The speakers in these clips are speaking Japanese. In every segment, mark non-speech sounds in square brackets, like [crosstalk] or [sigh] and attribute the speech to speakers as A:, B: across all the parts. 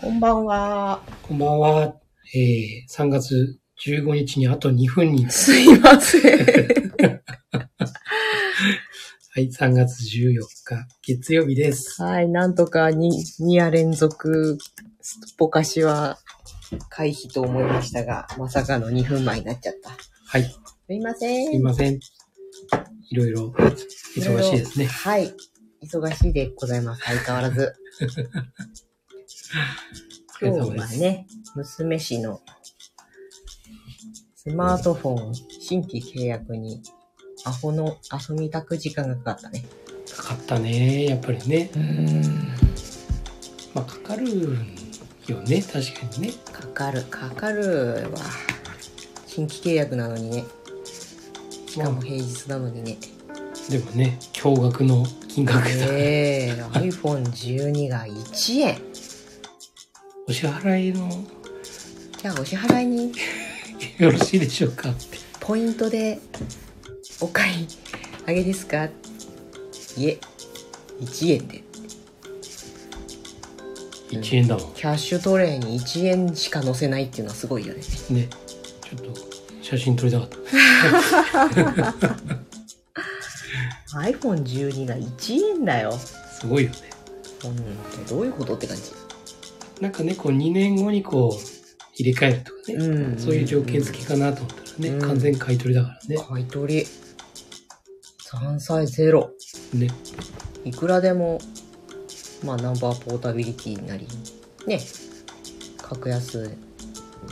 A: こんばんは。
B: こんばんは。えー、3月15日にあと2分に。
A: すいません。
B: はい、3月14日、月曜日です。
A: はい、なんとかに2夜連続、すっぽかしは回避と思いましたが、まさかの2分前になっちゃった。す
B: はい、
A: いませ
B: すい
A: ん。
B: ません。いろいろ忙しいですね。
A: はい。忙しいでございます。相変わらず。
B: [laughs] お疲
A: 今
B: れ様
A: 日
B: で
A: は
B: す。
A: ね、娘氏のスマートフォン新規契約にアホの遊びたく時間がかかったね。
B: かかったね、やっぱりね。
A: うん。
B: まあ、かかるよね、確かにね。
A: かかる、かかるわ。新規契約なのにね。しかも平日なのにね。
B: でもね、驚愕の金額だ。
A: ええ iPhone12 が1円。
B: お支払いの、
A: じゃあお支払いに
B: よろしいでしょうかって。
A: ポイントでお買い上げですかいえ、1円で。
B: 1円だも
A: キャッシュトレイに1円しか載せないっていうのはすごいよね。
B: ん。ね。ちょっと、写真撮りたかった。
A: iPhone12 が1円だよ。
B: すごいよね。
A: ほんと、どういうことって感じ。
B: なんかね、こう2年後にこう入れ替えるとかね、
A: うん
B: そういう条件付きかなと思ったらね、
A: うん
B: 完全買い取りだからね。
A: 買い取り。3歳ゼロ。
B: ね、
A: いくらでも、まあ、ナンバーポータビリティなり、ね、格安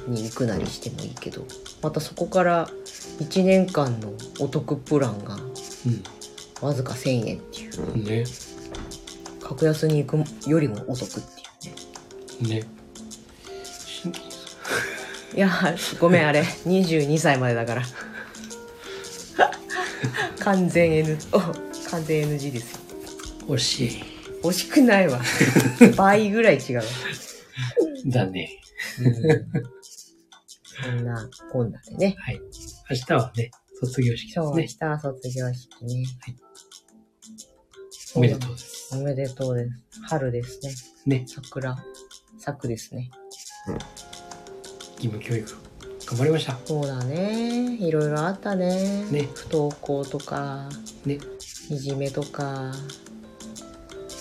A: に行くなりしてもいいけど、またそこから1年間のお得プランがわずか1000円っていう、
B: うん、ね、
A: 格安に行くよりもお得っていうね。
B: ね。新規
A: いや、ごめん、あれ、22歳までだから。 [laughs] 完全 N、お完全 NG ですよ。
B: 欲し
A: 惜しくない [laughs] わ。倍ぐらい違うわ。
B: い。だね。
A: そんな、こんなでね。
B: はい。明日はね、卒業式
A: そう、
B: で
A: 明
B: すね。
A: 日は卒業式ね。
B: おめでとうです。
A: おめでとうです。春ですね。
B: ね、
A: 桜。咲くですね。
B: 義務教育、頑張りました。
A: そうだね。いろいろあったね。
B: ね
A: 不登校とか、
B: ね、
A: いじめとか、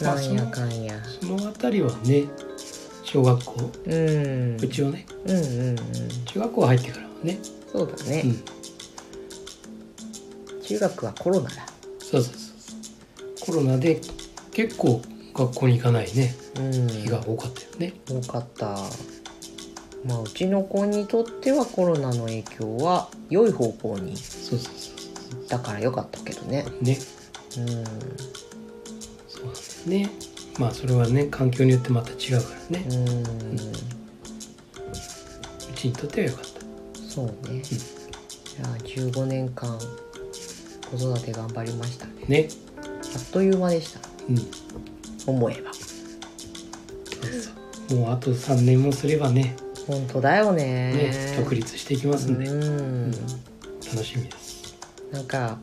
B: まあ
A: なんやかんや。
B: そのあたりはね、小学校、
A: うん。
B: うちはね、
A: うんうんうん。
B: 中学校入ってからはね、
A: そうだね
B: う。ん、
A: 中学はコロナだ。
B: そうそうそう。コロナで結構学校に行かないね、
A: うん。
B: 日が多かったよね。
A: 多かったまあうちの子にとってはコロナの影響は良い方向に
B: そうそうそう
A: だから良かったけどね
B: そう
A: う
B: ねそうなんだよねまあそれはね環境によってまた違うからね
A: んうん
B: うちにとっては良かった
A: そうねいや15年間子育て頑張りましたね
B: ね
A: あっという間でした
B: うん
A: 思えば
B: もうあと3年もすればね
A: 本当だよね
B: ね独立していきますんで、
A: うん
B: 楽しみです
A: なんか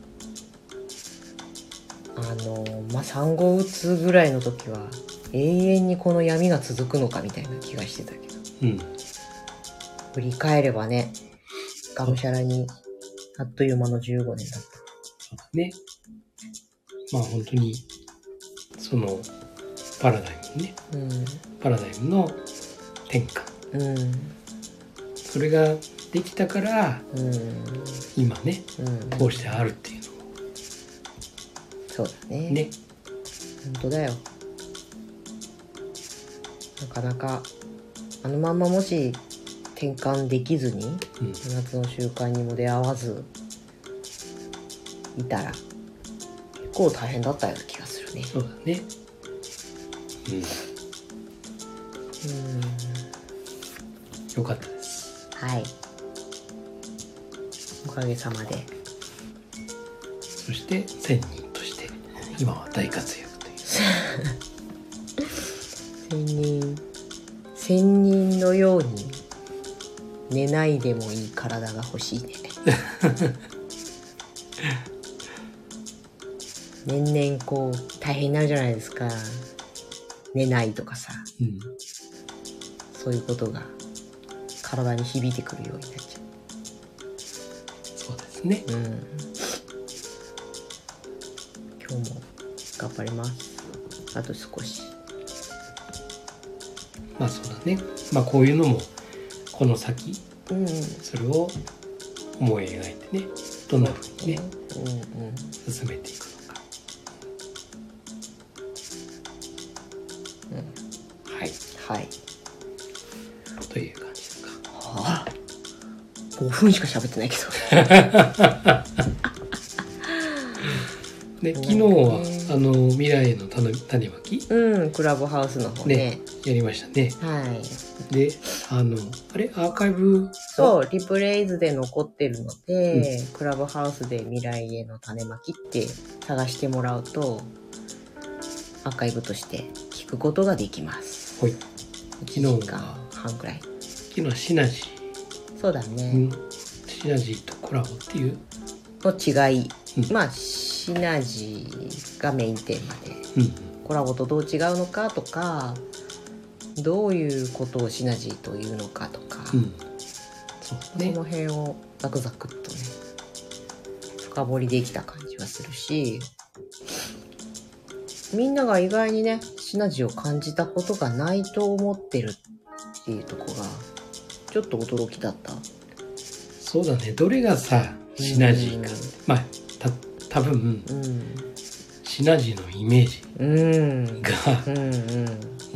A: あのまあ産後うつぐらいの時は永遠にこの闇が続くのかみたいな気がしてたけど
B: うん
A: 振り返ればね、がむしゃらに、あっという間の15年だっ
B: そうだねまあ本当にそのパラダイムね
A: た。う
B: パラダイムの転換
A: ん。うん。
B: それができたから
A: うん。
B: 今ね
A: うん。
B: こうしてあるっていうのも
A: そうだね。
B: ね
A: 本当だよ。なかなか、あのまんまもし転換できずに、
B: うん
A: 夏の習慣にも出会わず、いたら、結構大変だったような気がするね。
B: そうだねうん
A: うん。
B: 良かったです
A: はい。おかげさまで。
B: そして仙人として今は大活躍という
A: 仙人仙人のように寝ないでもいい体が欲し [laughs] いね年々こう大変になるじゃないですか寝ないとかさ
B: うん
A: そういうことが体に響いてくるようになっちゃ
B: そうですね。
A: う、うん、今日も頑張りますあと少し
B: まあそうだね。まあこういうのも、この先、
A: うん
B: それを思い描いてね、どんな風にね、
A: うんうん
B: 進めていくのか。はい。
A: はい
B: という感じですか。
A: はあ5分しか喋ってないけど
B: で、
A: そう
B: 昨
A: ね
B: 日は、あの、未来への種種まき
A: うんクラブハウスの方ね
B: ねやりましたね。
A: はい
B: で、あの、あれ、アーカイブ
A: そうリプレイズで残ってるので、クラブハウスで未来への種まきって探してもらうとアーカイブとして聞くことができます
B: はい
A: 1時間半くらい
B: 昨日はシナジ
A: そうだ
B: ー、う
A: ね、
B: ん、シナジーとコラボっていう、
A: の違い、
B: うん
A: まあシナジーがメインテーマで
B: うん、
A: コラボとどう違うのかとかどういうことをシナジーというのかとか、
B: うん、そう
A: こ
B: ね
A: の、辺をザクザクっとね深掘りできた感じはするしみんなが意外にねシナジーを感じたことがないと思ってるっていうとこがちょっと驚きだった
B: そうだね、どれがさ、シナジーか、まあ、た、多分、
A: うん
B: シナジーのイメージ
A: うん
B: が、
A: うんう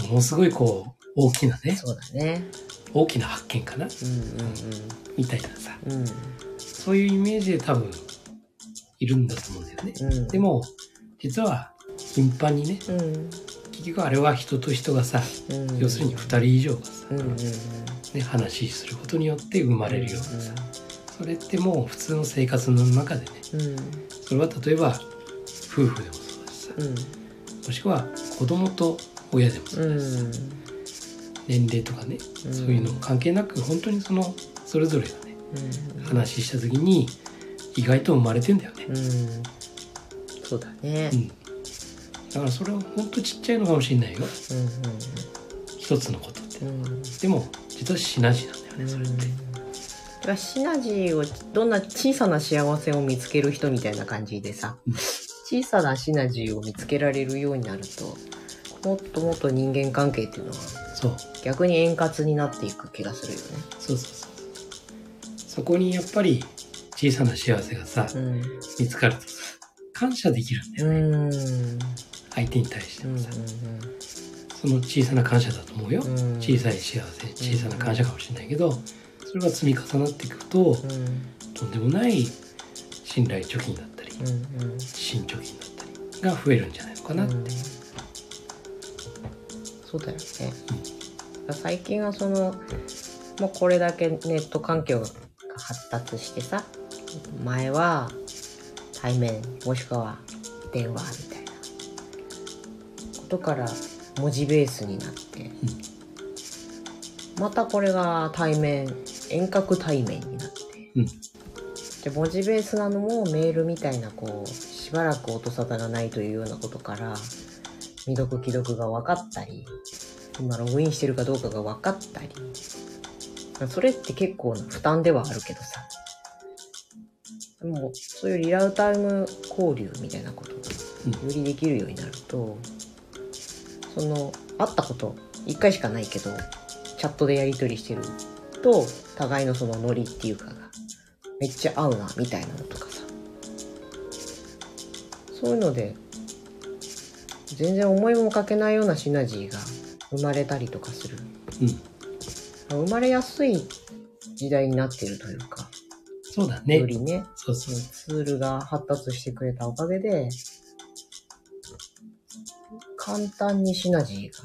A: ん
B: ものすごいこう、大きなね、
A: そうだね
B: 大きな発見かな、
A: うん
B: みたいなさ、
A: うんうん
B: そういうイメージで多分、いるんだと思うんだよね。
A: うん
B: でも、実は、頻繁にね、
A: うん
B: 結局あれは人と人がさ、
A: うん
B: 要するに2人以上がさ、
A: うんうんうん
B: ね、話しすることによって生まれるようなさ、それってもう普通の生活の中でね
A: うん
B: それは例えば夫婦でもそうだしさ
A: うん
B: もしくは子供と親でもそううんだしさ、年齢とかね
A: うん
B: そういうのも関係なく本当にそのそれぞれがね
A: うん
B: 話した時に意外と生まれてんだよね
A: う、んそうだね
B: うん、だからそれは本当ちっちゃいのかもしれないよ
A: う
B: 一つのことって
A: んうんうんうん
B: でも実はシナジーなんだよねそれって
A: だからシナジーをどんな小さな幸せを見つける人みたいな感じでさ
B: うん
A: 小さなシナジーを見つけられるようになるともっともっと人間関係っていうのは
B: そう
A: 逆に円滑になっていく気がするよ
B: そうそうそうそこにやっぱり小さな幸せがさ、
A: ね。
B: 見つかるとさ感謝できるんだ
A: う
B: よね、
A: ん。うん。うん
B: 相手に対して
A: う
B: も
A: ん
B: さ、その小さな感謝だと思うよ、
A: うん
B: 小さい幸せ小さな感謝かもしれないけどそれが積み重なっていくと、
A: うん
B: とんでもない信頼貯金だったり
A: うんうん
B: 新貯金だったりが増えるんじゃないのかなって、
A: うんそうだよね、最近はそのもうこれだけネット環境が発達してさ前は対面もしくは電話みたいなことから文字ベースになって、またこれが対面遠隔対面になって、
B: うん
A: で文字ベースなのもメールみたいなこうしばらく音沙汰がないというようなことから未読既読が分かったり今ログインしてるかどうかが分かったりそれって結構な負担ではあるけどさでもそういうリアルタイム交流みたいなことがよりできるようになると、その会ったこと1回しかないけどチャットでやり取りしてると互いのそのノリっていうかがめっちゃ合うなみたいなのとかさそういうので全然思いもかけないようなシナジーが生まれたりとかする
B: うん
A: 生まれやすい時代になってるというか、
B: そうだ
A: よ
B: ね
A: りね
B: そう
A: そ
B: そう
A: のツールが発達してくれたおかげで簡単にシナジーが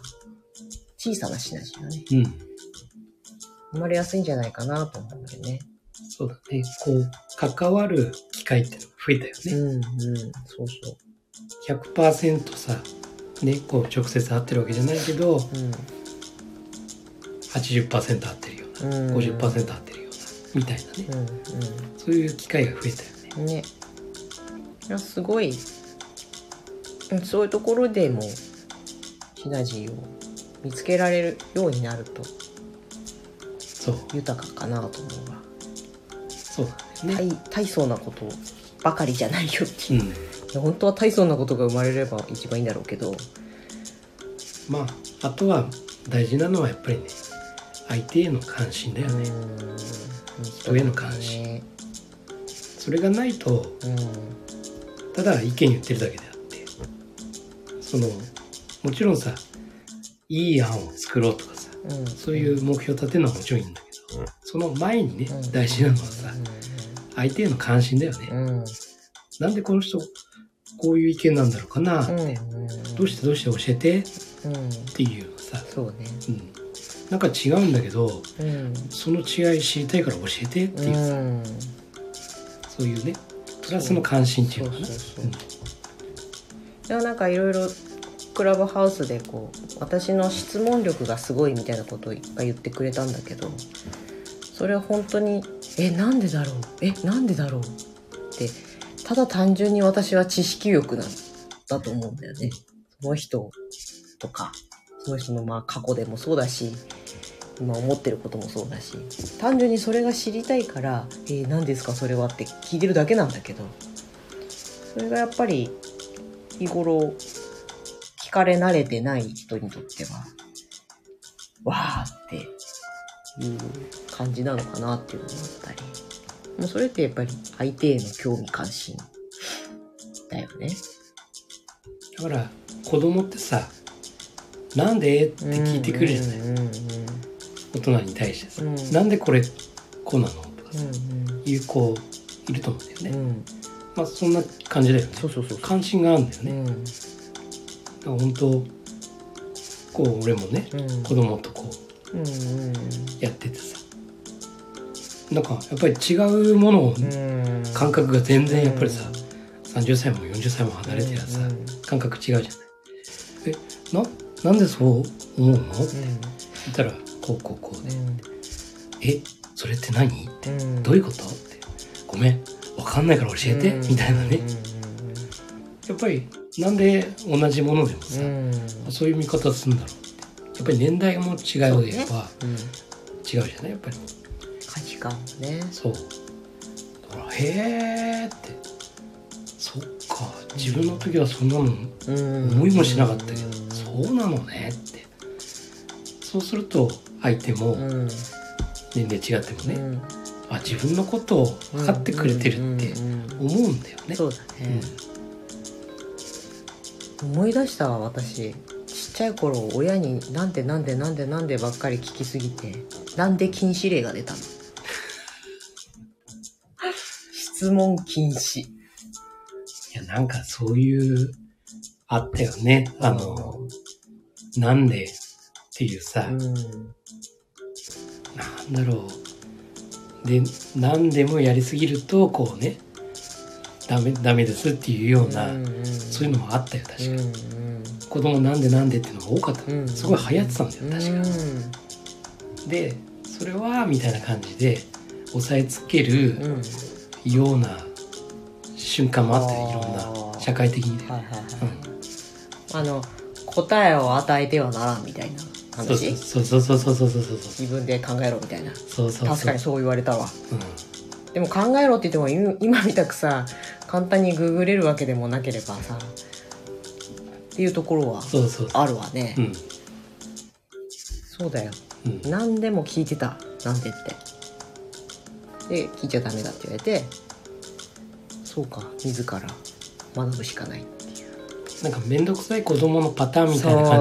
A: 小さなシナジーがね
B: うん
A: 生まれやすいんじゃないかなと思うんだよね。
B: そうだねこう関わる機会ってのが増えたよね、
A: うんうんそうそ
B: 100%さねこう直接会ってるわけじゃないけど
A: う。うん
B: 80%合ってるような、
A: うん
B: 50%合ってるようなみたいなね、
A: うん
B: そういう機会が増えたよね
A: うんねいやすごいうんそういうところでもシナジーを見つけられるようになると
B: そう
A: 豊かかなと思うわ
B: そうなんですね、
A: 大大層なことばかりじゃないよって
B: う
A: い
B: ん
A: う、本当は大層なことが生まれれば一番いいんだろうけど
B: まああとは大事なのはやっぱりね相手への関心だよね、
A: 人
B: 人への関心それがないと
A: うん
B: ただ意見言ってるだけであってそのもちろんさいい案を作ろうとかさ
A: うん、
B: そういう目標立てるのはもちろんいいんだけどその前にね
A: うん
B: 大事なのはさ相手への関心だよ
A: う
B: ね
A: んうん
B: なんでこの人こういう意見なんだろうかな
A: うん
B: って
A: うん
B: どうしてどうして教えてっ
A: うん
B: ていうのさ、
A: そうね
B: うん、なんか違うんだけど
A: うん
B: その違い知りたいから教えてっていうさ、
A: うん
B: そういうねプラスの関心って
A: そ
B: い
A: うう
B: のかな
A: そうそうでもなんかいろいろクラブハウスでこう私の質問力がすごいみたいなことをいっぱい言ってくれたんだけどそれは本当に「えなんでだろうえなんでだろう?」ってただ単純に私は知識欲なんだと思うんだよね。その人とかその人のまあ過去でもそうだし今思ってることもそうだし単純にそれが知りたいから「えー、何ですかそれは?」って聞いてるだけなんだけどそれがやっぱり日頃聞かれ慣れてない人にとってはわーっていう感じなのかなっていうのもあったりもうそれってやっぱり相手への興味関心だよね。
B: だから子供ってさ「なんで?」って聞いてくるじゃない、
A: うんうん
B: 大人に対してさ、
A: うん
B: なんでこれこうなの?」とかさ、
A: う
B: いう子いると思うんだよね、
A: んうんうん
B: まあそんな感じだよね
A: そうそうそうそう
B: 関心があるんだよね、
A: うん
B: だから本当こう俺もね
A: うん
B: 子供とこう
A: うんうん
B: やっててさなんかやっぱり違うものを、
A: うん
B: 感覚が全然やっぱりさ、30歳も40歳も離れてりゃさ、
A: うんうん
B: 感覚違うじゃないえななんでそう思うのって言ったらこうこうこうで「えそれって何?」って
A: うん
B: 「どういうこと?」って「ごめんわかんないから教えて」みたいなねやっぱりなんで同じものでも
A: う
B: さ、
A: ん
B: そういう見方するんだろうってやっぱり年代も違いを言えば
A: うん
B: 違うじゃないやっぱり
A: 価値観ね
B: そうだから「へえ」ってそっか自分の時はそんなの思
A: 思
B: いもしなかったけど、そうなのねってそうすると相手も
A: うん
B: 年齢違ってもね、
A: うん
B: あ自分のことを分かってくれてるって
A: うんうんうん
B: 思うんだよね。
A: そうだね、思い出したわ私ちっちゃい頃親になんでなんでなんでなんでばっかり聞きすぎてなんで禁止令が出たの
B: [laughs]
A: 質問禁止
B: いやなんかそういうあったよねあの、なんでっていうさ、
A: うん
B: なんだろうで何でもやりすぎるとこうねダメダメですっていうような、そういうのもあったよ確か、
A: うん
B: 子供なんでなんでっていうのが多かった、
A: うん
B: すごい流行ってたんだよ確か。
A: か
B: でそれはみたいな感じで押さえつけ
A: う
B: る
A: ん、うん
B: ような瞬間もあって、い
A: あ
B: ろんな
A: ー
B: 社会的に、
A: はいはいはい、あの答えを与えてはならんみたいな話
B: そうそうそうそうそうそうそうそうそう
A: 自分で考えろみたいな
B: そうそう
A: 確かにそう言われたわ
B: う
A: でも考えろって言っても今今みたくさ簡単にググれるわけでもなければさっていうところは
B: ん、そうそうそ
A: あるわね、
B: ううん
A: そうだよ
B: うん
A: 何でも聞いてたなんでってで聞いちゃダメだって言われてそうか自ら学ぶしかない
B: なんか面倒くさい子供のパターンみたいな感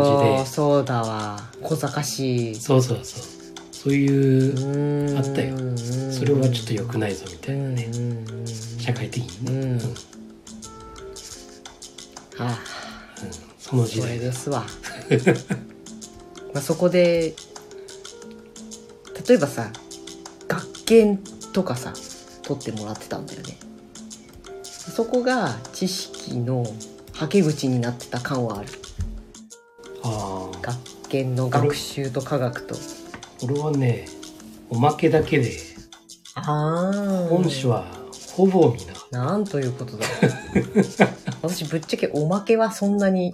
A: そうそうだわ小賢しい
B: じでそうそうそうそういう、あ
A: あ
B: ったよそれはちょっと良くないぞみたいなね、社会的にね、
A: うん
B: うん
A: あ
B: その時
A: それ
B: 代
A: で
B: です [laughs]
A: わまあそこで例えばさ学研とかさ取ってもらってたんだよねそこが知識のはけ口になってた感はある
B: ああ
A: 学研の学習と科学と
B: 俺はねおまけだけで
A: ああ
B: 本誌はほぼ見なかっ
A: なんという
B: [laughs]
A: ことだ私ぶっちゃけおまけはそんなに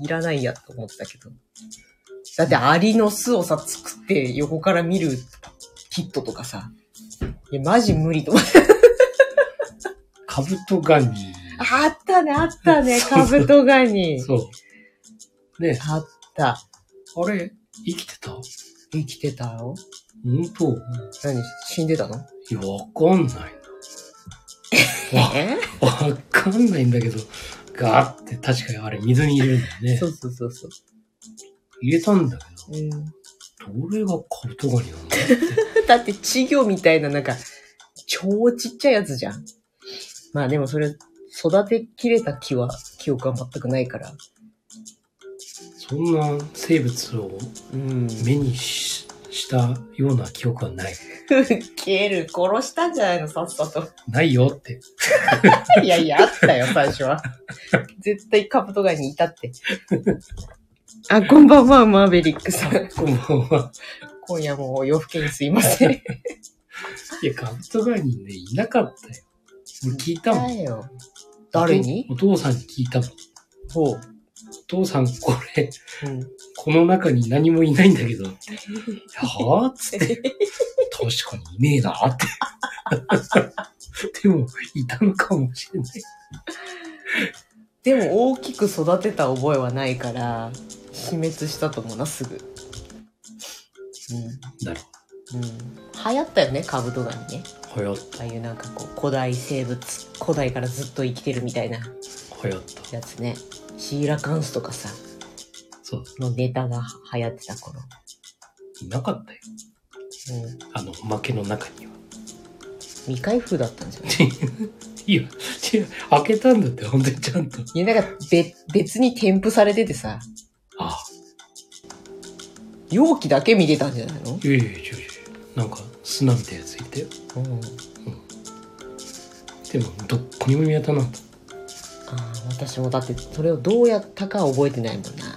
A: いらないやと思ってたけどだってアリの巣をさ作って横から見るキットとかさ。いや、マジ無理と思って。
B: カブトガニ。
A: あったね、あった
B: [laughs]
A: ね、
B: そ
A: カ
B: うそう
A: ブトガニ。
B: そう。ね、
A: あった。
B: あれ、生きてた本
A: 生きてたよ。
B: 当
A: 何死んでたの
B: いや、わかんないな。
A: え
B: わ、わかんないんだけど、ガーって確かにあれ水に入れるんだよね
A: そ。うそうそうそう。
B: 入れたんだけ
A: うん、
B: ど、どれがカブトガニなんだ
A: だって稚魚みたいななんか、超ちっちゃいやつじゃん。まあでもそれ、育てきれた木は、記憶は全くないから。
B: そんな生物を
A: うん。
B: 目にししたような記憶はない。
A: ケル、殺したんじゃないのさっさと。 [laughs]
B: ないよって。
A: いやいや、あったよ、最初は。絶対カブトガニいたって。あ、こんばんは、マーベリックさん。
B: こんばんは。
A: 今夜もお洋服にすいません。
B: いや、カブトガニね、いなかったよ。俺聞いたもん。
A: だよ。誰に
B: お父さんに聞いたもん。
A: ほう。
B: お父さん、これ、
A: うん。
B: この中に何もいないんだ
A: [laughs]
B: けど。はぁっつって。確かにいねえなって。でも、いたのかもしれない。
A: でも大きく育てた覚えはないから、死滅したと思うな、すぐ。
B: だろ
A: うん。うん。流行ったよね、カブトガニね。
B: う。はや、
A: ああいうなんかこう、古代生物、古代からずっと生きてるみたいな
B: はやった。
A: やつね。シーラカンスとかさ、
B: そう。
A: のネタが流行ってた頃。
B: いなかったよ。
A: うん。
B: あの、おまけの中には。 [laughs]
A: 未開封だったんじゃない
B: いや、違う。開けたんだって、本当にちゃんと。
A: いや、なんか別、別に添付されててさ、
B: あ
A: 容器だけ見てたんじゃないの
B: いやいやいやいやいやなんか砂みたいなやついたよ
A: うん。
B: でもどこにも見当たらなかっ
A: ああ、私もだって、それをどうやったかは覚えてないもんな。
B: た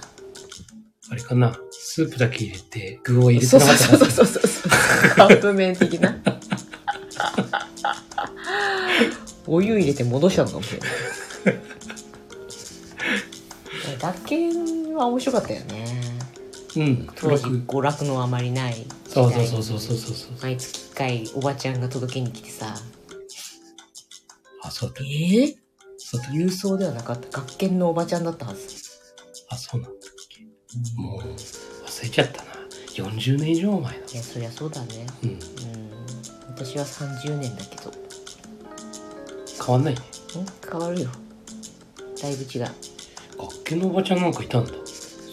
B: あれかなスープだけ入れて具を入れてなかった
A: そう
B: の
A: そうそうそうそう。カップ麺的な。お湯入れて戻したのかもしれない。だけは面白かったよね。
B: うん
A: 当時娯楽のあまりない時
B: そ
A: 代
B: う
A: に。
B: そうそうそうそうそうそう
A: 毎月1回おばちゃんが届けに来てさ。
B: あそうだ
A: えぇ、
B: そうだ
A: 郵送ではなかった。学研のおばちゃんだったはず。
B: あそうなんだっけもう忘れちゃったな40年以上前だ
A: いや、そりゃそうだね。
B: うん
A: うん。私は30年だけど。
B: 変わんないね
A: ん変わるよ。だいぶ違う。
B: 学研のおばちゃんなんかいたんだ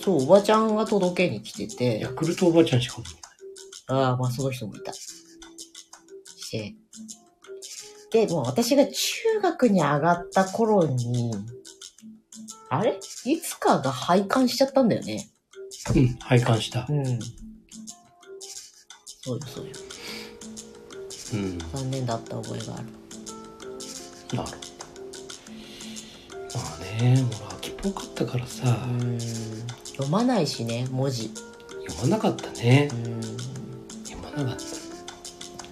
A: そう、おばちゃんが届けに来てて
B: ヤ、クルトおばちゃんしかいない
A: ああ、まあその人もいた。して。で、もう私が中学に上がった頃に、あれいつかが廃刊しちゃったんだよね。
B: うん拝観した
A: うん。そうよ、そうよ。
B: うん
A: 残念だった覚えがある。
B: なるほどまあね俺秋っぽかったからさ
A: うん。読まないしね、文字。
B: 読まなかったね
A: うん。
B: 読まなかっ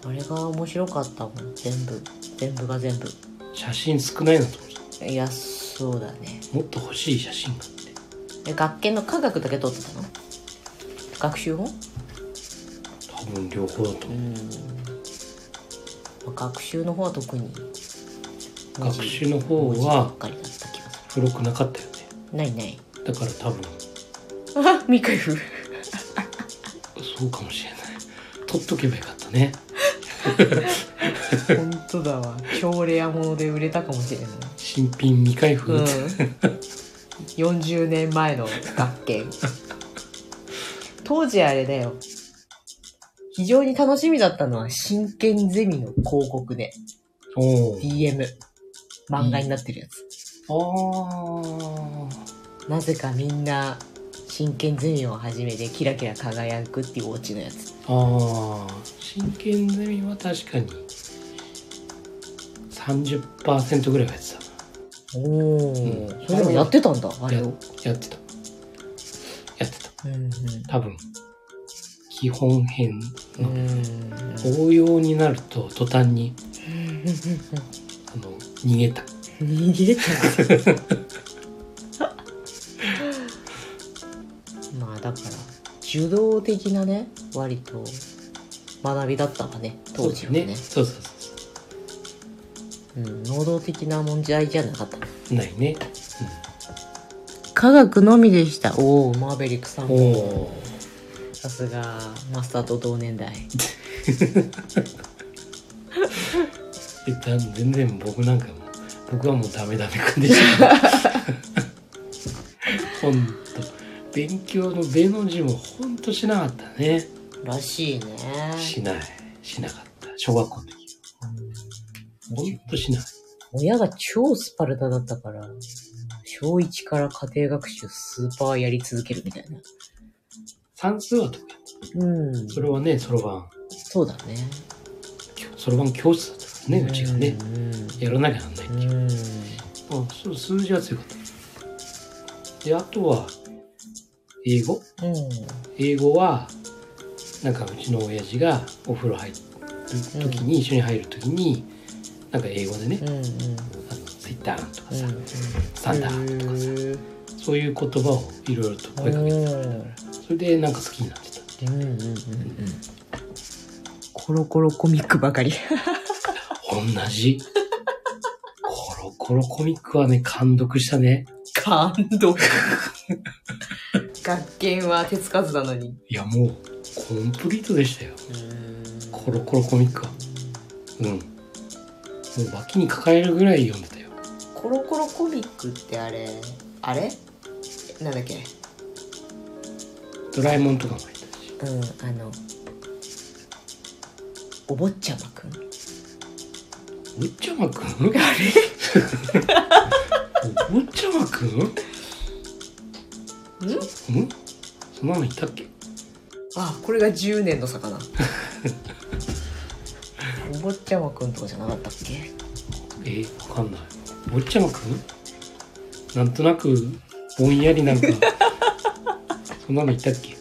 B: た
A: あれが面白かったもん。全部。全部が全部。
B: 写真少ないなと思っ
A: いや、そうだね。
B: たもっと欲しい写真があって
A: え学研の科学だけ撮ってたの学習本
B: 多分両方だと思う、
A: ん学習の方は特に
B: 学習の方
A: 文
B: は
A: 字ばっかりだった気がす
B: 古くなかったよね
A: るないない [laughs]
B: だから多分
A: あ未開封
B: そうかもしれない撮っとけばよかったね
A: 本当だわ超レアもので売れたかもしれない
B: 新品未開封
A: うん
B: って、
A: 40年前の学研当時あれだよ非常に楽しみだったのは真剣ゼミの広告で
B: お
A: DM 漫画になってるやつ、
B: おあー
A: なぜかみんな真剣ゼミを始めてキラキラ輝くっていうオチのやつ
B: あー真剣ゼミは確かに30%ぐらいはやって
A: おお、
B: うん
A: それでもやってたんだあ
B: た
A: れ
B: や
A: を
B: やってたやってた
A: うんうん
B: 多分基本編
A: うん
B: の
A: うん
B: 応用になると途端 [laughs] にあの逃げた
A: 逃げたまあだから受動的なね割と学びだったわね当時は
B: ね
A: ね
B: そうそうそうそ
A: うん、能動的な問題じゃなかった
B: うないね
A: 科学のみでしたおおマーベリックさん
B: お
A: も
B: お
A: さすがマスターと同年代
B: ーえだ全然僕なんかも僕はもうダメダメくんでし [laughs] ょほんと勉強の「べ」の字もほんとしなかったね
A: らしいね
B: しないしなかった小学校の時ほんとしない
A: 親が超スパルタだったから小1から家庭学習スーパーやり続けるみたいな
B: 算数は得意
A: うん
B: それはねそろばん
A: そうだね
B: そろばん教室だったからねうちがねやらなきゃなんない
A: うんうん
B: あそう数字は強かったであとは英語英語はなんかうちの親父がお風呂入る時に、一緒に入る時になんか英語でね
A: うんうんうん
B: 「あのツイッター」とか
A: う
B: さ
A: ん
B: 「サンダー」とかさ
A: へー
B: そういう言葉をいろいろと声かけてそれでなんか好きになってた
A: うんうんうんうんコロコロコミックばかり
B: 同じコロコロコミックはね感読したね
A: 感動 [laughs] 学研は手つかずなのに
B: いやもうコンプリートでしたよコロコロコミックはうんもう脇に抱えるぐらい読んでたよ
A: コロコロコミックってあれあれなんだっけ
B: ドラえもんとかも入ってたし
A: うんあのお坊ちゃまくん
B: おっちゃまくん [laughs] あれおっちゃまくん
A: ん
B: うんそんなのいたっけ
A: あこれが10年の差かなお坊ちゃまくんとかじゃなかったっけ
B: えー、わかんないおっちゃまくんなんとなくぼんや
A: [laughs]
B: りなんかそんなのいたっけ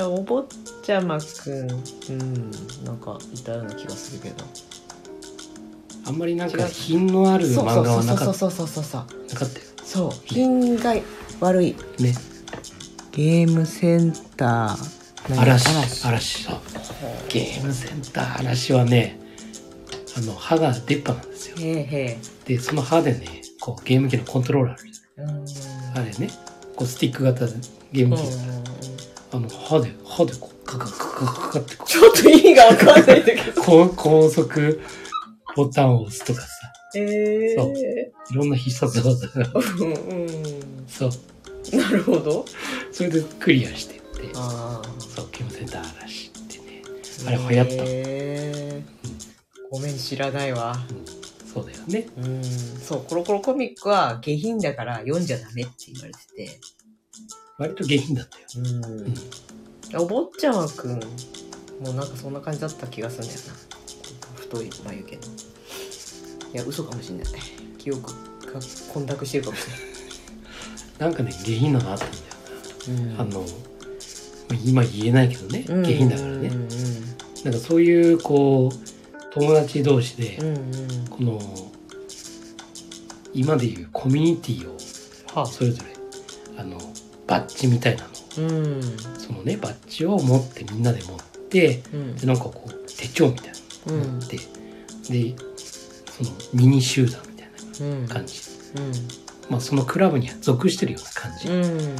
A: お坊ちゃまくんうんなんかいたような気がするけど
B: あんまりなんか品のある
A: そう
B: 漫画はな
A: そ
B: か
A: う
B: っ
A: そうそうそうそう
B: なかったよ
A: そう品が悪い
B: ね
A: ゲームセンターなんだ
B: 嵐嵐そうゲームセンター嵐はねあの歯が出っ歯なんですよ
A: へえへ
B: でその歯でねこうゲーム機のコントローラーあるじ
A: えうん
B: ゃんあれねこうスティック型でゲーム機、あの歯で歯でこうカカカカカカってこ
A: ちょっと意味がわかんないんだけど
B: うこう高速ボタンを押すとかさ
A: [laughs] え
B: そういろんな必殺技が
A: ー、うんうん
B: そう
A: なるほど
B: それでクリアしてって
A: あ
B: そうゲームセンター嵐ってね
A: ー
B: あれ流行った
A: へーごめん知らないわ
B: そうだよね
A: うんそうコロコロコミックは下品だから読んじゃダメって言われてて
B: 割と下品だったよ
A: うん、お坊ちゃまくんもなんかそんな感じだった気がするんだよな太い眉毛のいや嘘かもしんない記憶が混濁してるかもし
B: なんかね下品なのあったんだよ
A: れない、
B: あの今言えないけどね
A: うん
B: 下品だから
A: う
B: ね
A: ん
B: なんかそういうこう友達同士で
A: うんうんうん
B: この今でいうコミュニティを
A: は
B: それぞれあのバッジみたいなの
A: うんうん
B: そのねバッジを持ってみんなで持って
A: うん
B: でなんかこう手帳みたいなの
A: うん
B: 持って、でそのミニ集団みたい
A: うん
B: な感じ、まあ、そのクラブに属してるような感じ、
A: うんうん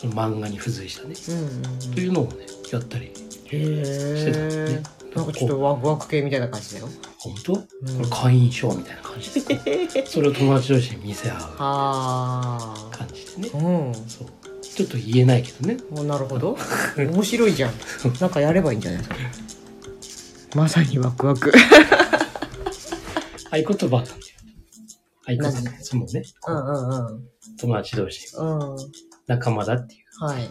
B: その漫画に付随したね、
A: うん
B: というのをねやったり
A: へ
B: してたの
A: え
B: ね。
A: なんかちょっとワクワク系みたいな感じだよ、
B: 本当こ
A: うん
B: れ会員証みたいな感じで
A: [laughs]
B: こうそれを友達同士に見せ合う
A: あ
B: 感じでね
A: ーうん
B: そうちょっと言えないけどね
A: おなるほど面白いじゃんなんかやればいいんじゃないまさにワクワク
B: 合言葉なんだよ合言
A: 何
B: 葉そのね
A: う
B: こ
A: ん
B: う
A: うん
B: 友達同士
A: うんうん
B: 仲間だっていう
A: はい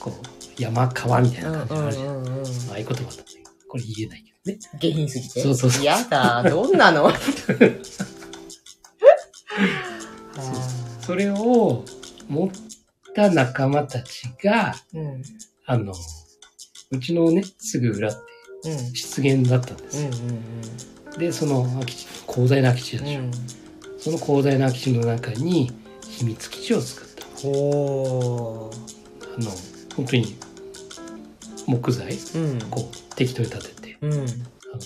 B: こう山川みたいうなん感じがあるじゃん
A: うんうんうん
B: 合言葉だったんだよこれ言えないけどね
A: 下品すぎて
B: そうそうそう
A: やだどんなの
B: それを持った仲間たちが
A: うんうん
B: あのうちのねすぐ裏って
A: うん
B: 湿原だったんですよ、でその空き地広大な空き地
A: う
B: で
A: ん
B: しょ、
A: うん
B: その広大な空き地の中に秘密基地を作った
A: ほ
B: あの本当に木材
A: うん
B: こう適当に立てて
A: うん
B: あの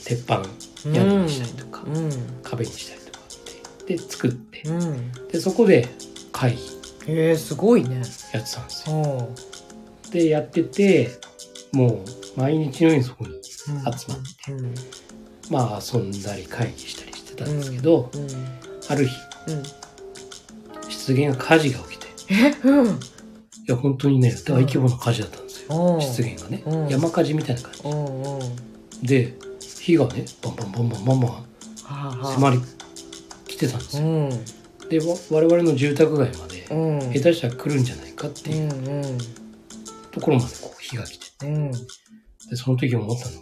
B: 鉄板
A: うん
B: 屋根にしたりとか、
A: うん
B: 壁にしたりとかってで作って
A: うん
B: でそこで会議
A: えー、すごいね
B: やってたんですよ。
A: おう
B: でやっててもう毎日のようにそこに
A: 集ま
B: 集まっ
A: うんうん
B: まあ遊んだり会議したりしてたんですけど、ある日
A: うん
B: 失言火事が起きてい
A: えうん
B: や本当にね大規模な火事だったんですよ、
A: おう
B: 失言がね、
A: うん
B: 山火事みたいな感じ
A: うんうん
B: で火がねバンバンバンバンバンバン
A: はあはあ
B: 迫り来てたんです
A: う
B: よ、
A: ん
B: でわ我々の住宅街まで
A: うん
B: 下手したら来るんじゃないかって
A: う
B: いうん
A: うん
B: ところまでこう火が来て
A: うん
B: でその時思ったのが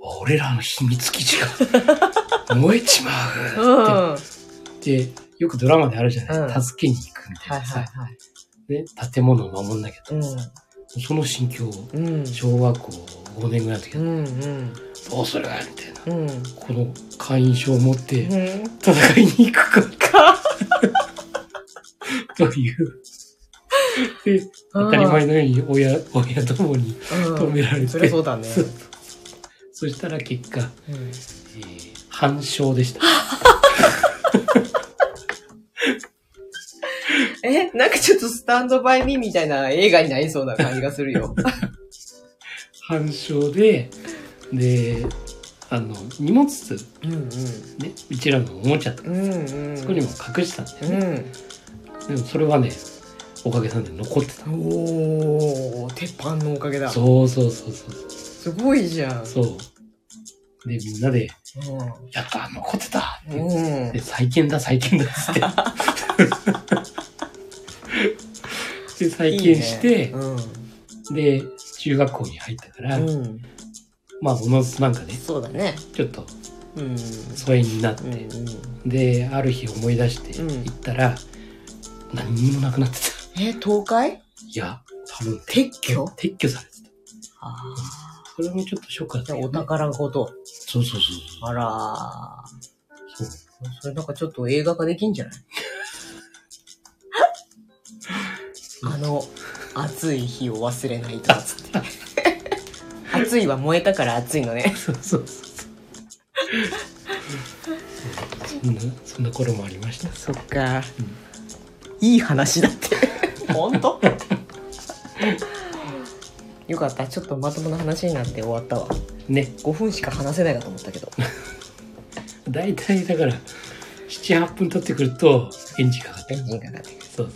B: わ俺らの秘密基地が [laughs] 燃えちまう
A: は
B: ってでよくドラマであるじゃない、
A: うん
B: 助けに行くみ
A: いは
B: たい
A: い
B: なさ、
A: はい
B: ね、建物を守んなきゃと
A: う
B: か
A: ん
B: さ、その心境を
A: うん
B: 小学校5年ぐらいの時
A: う
B: に
A: んうん
B: どうするみたいな
A: うん
B: この会員証を持って
A: うん
B: 戦いに行くか [laughs] というで当たり前のように親親どもに止められ
A: うん
B: て
A: そりゃそうだね
B: そうそしたら結果、
A: うん
B: えー、反証でした
A: えなんかちょっとスタンドバイミーみたいな映画になりそうな感じがするよ
B: 反証でであの荷物
A: うんうん
B: ねうちらのおもちゃとか
A: うんうん
B: そこにも隠してたんだよね、
A: う
B: でもそれはねおかげさんで残ってた
A: んおお鉄板のおかげだ
B: そうそうそうそう
A: すごいじゃん
B: そう。で、みんなで、
A: う
B: やった残ってたって言っ
A: んうん
B: て、再建だ、再建だっつ
A: [laughs]
B: って。で、再建して、
A: いいねうん
B: で、中学校に入ったから、
A: うん、
B: まあ、おのずとなんかね、
A: そうだね。
B: ちょっと
A: うん。
B: 疎遠になって、
A: うんうん、
B: で、ある日思い出して
A: うん
B: 行ったら、何にもなくなってた。
A: え、倒壊
B: いや、多分
A: 撤去
B: 撤去されてた。
A: あ
B: それもちょっとショックだった
A: あ。
B: けど
A: お
B: ね、
A: 宝ごと。
B: そうそうそう
A: あら
B: そう。そう
A: ーそれなんかちょっと映画化できん [laughs] じゃないあの、暑い日を忘れないとかつって。暑いは燃えたから暑いのね。
B: そうそうそうそう。そんなそんな頃もありました。
A: そっか。いい話だって。本当 [laughs] よかった。ちょっとまともな話になって終わったわ。
B: ね、
A: 5分しか話せないかと思ったけど。
B: 大体だから七八分経ってくるとエンジンかかって
A: エ
B: る
A: ン。ジンかかってくる
B: そう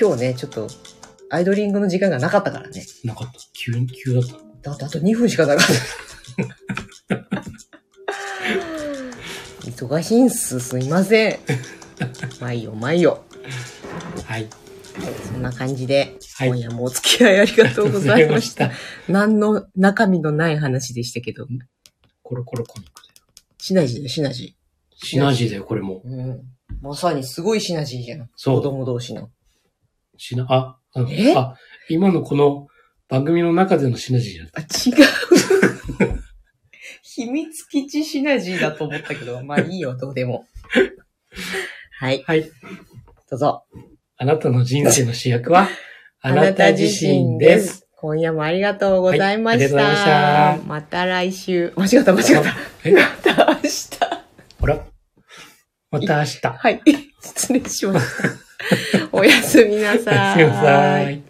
A: 今日ね、ちょっと、アイドリングの時間がなかったからね。
B: なかった。急に急だった。
A: だってあと2分しかな [laughs] かった。忙しいんす。すいませ [laughs] ん。まあいいよ、まあいいよ。
B: はい。
A: そんな感じで、
B: はい
A: 今夜もお付き合いありがとうございました。
B: ありがとうございま
A: 何
B: し
A: の中身のない話でしたけど。
B: コロコロコミックだよ。
A: シナジーだよ、シナジ
B: シナジーだよこれも。
A: ー。うん。まさにすごいシナジーじゃん。
B: そう
A: 子供同士の。
B: シナああの
A: え
B: あ今のこの番組の中でのシナジーじゃなくて
A: あ、違う。 [laughs] 秘密基地シナジーだと思ったけど、まあいいよ、どうでも。はい、
B: はい。
A: どうぞ。
B: あなたの人生の主役は [laughs] あなた自身です。。
A: 今夜もありがとうございました。
B: はいありがとうございました
A: た来週。間違った、間違った。
B: え
A: また明日。
B: ほら。ま [laughs] た明日。
A: [laughs] はい。失礼しました。おやすみなさ
B: おやすみなさい。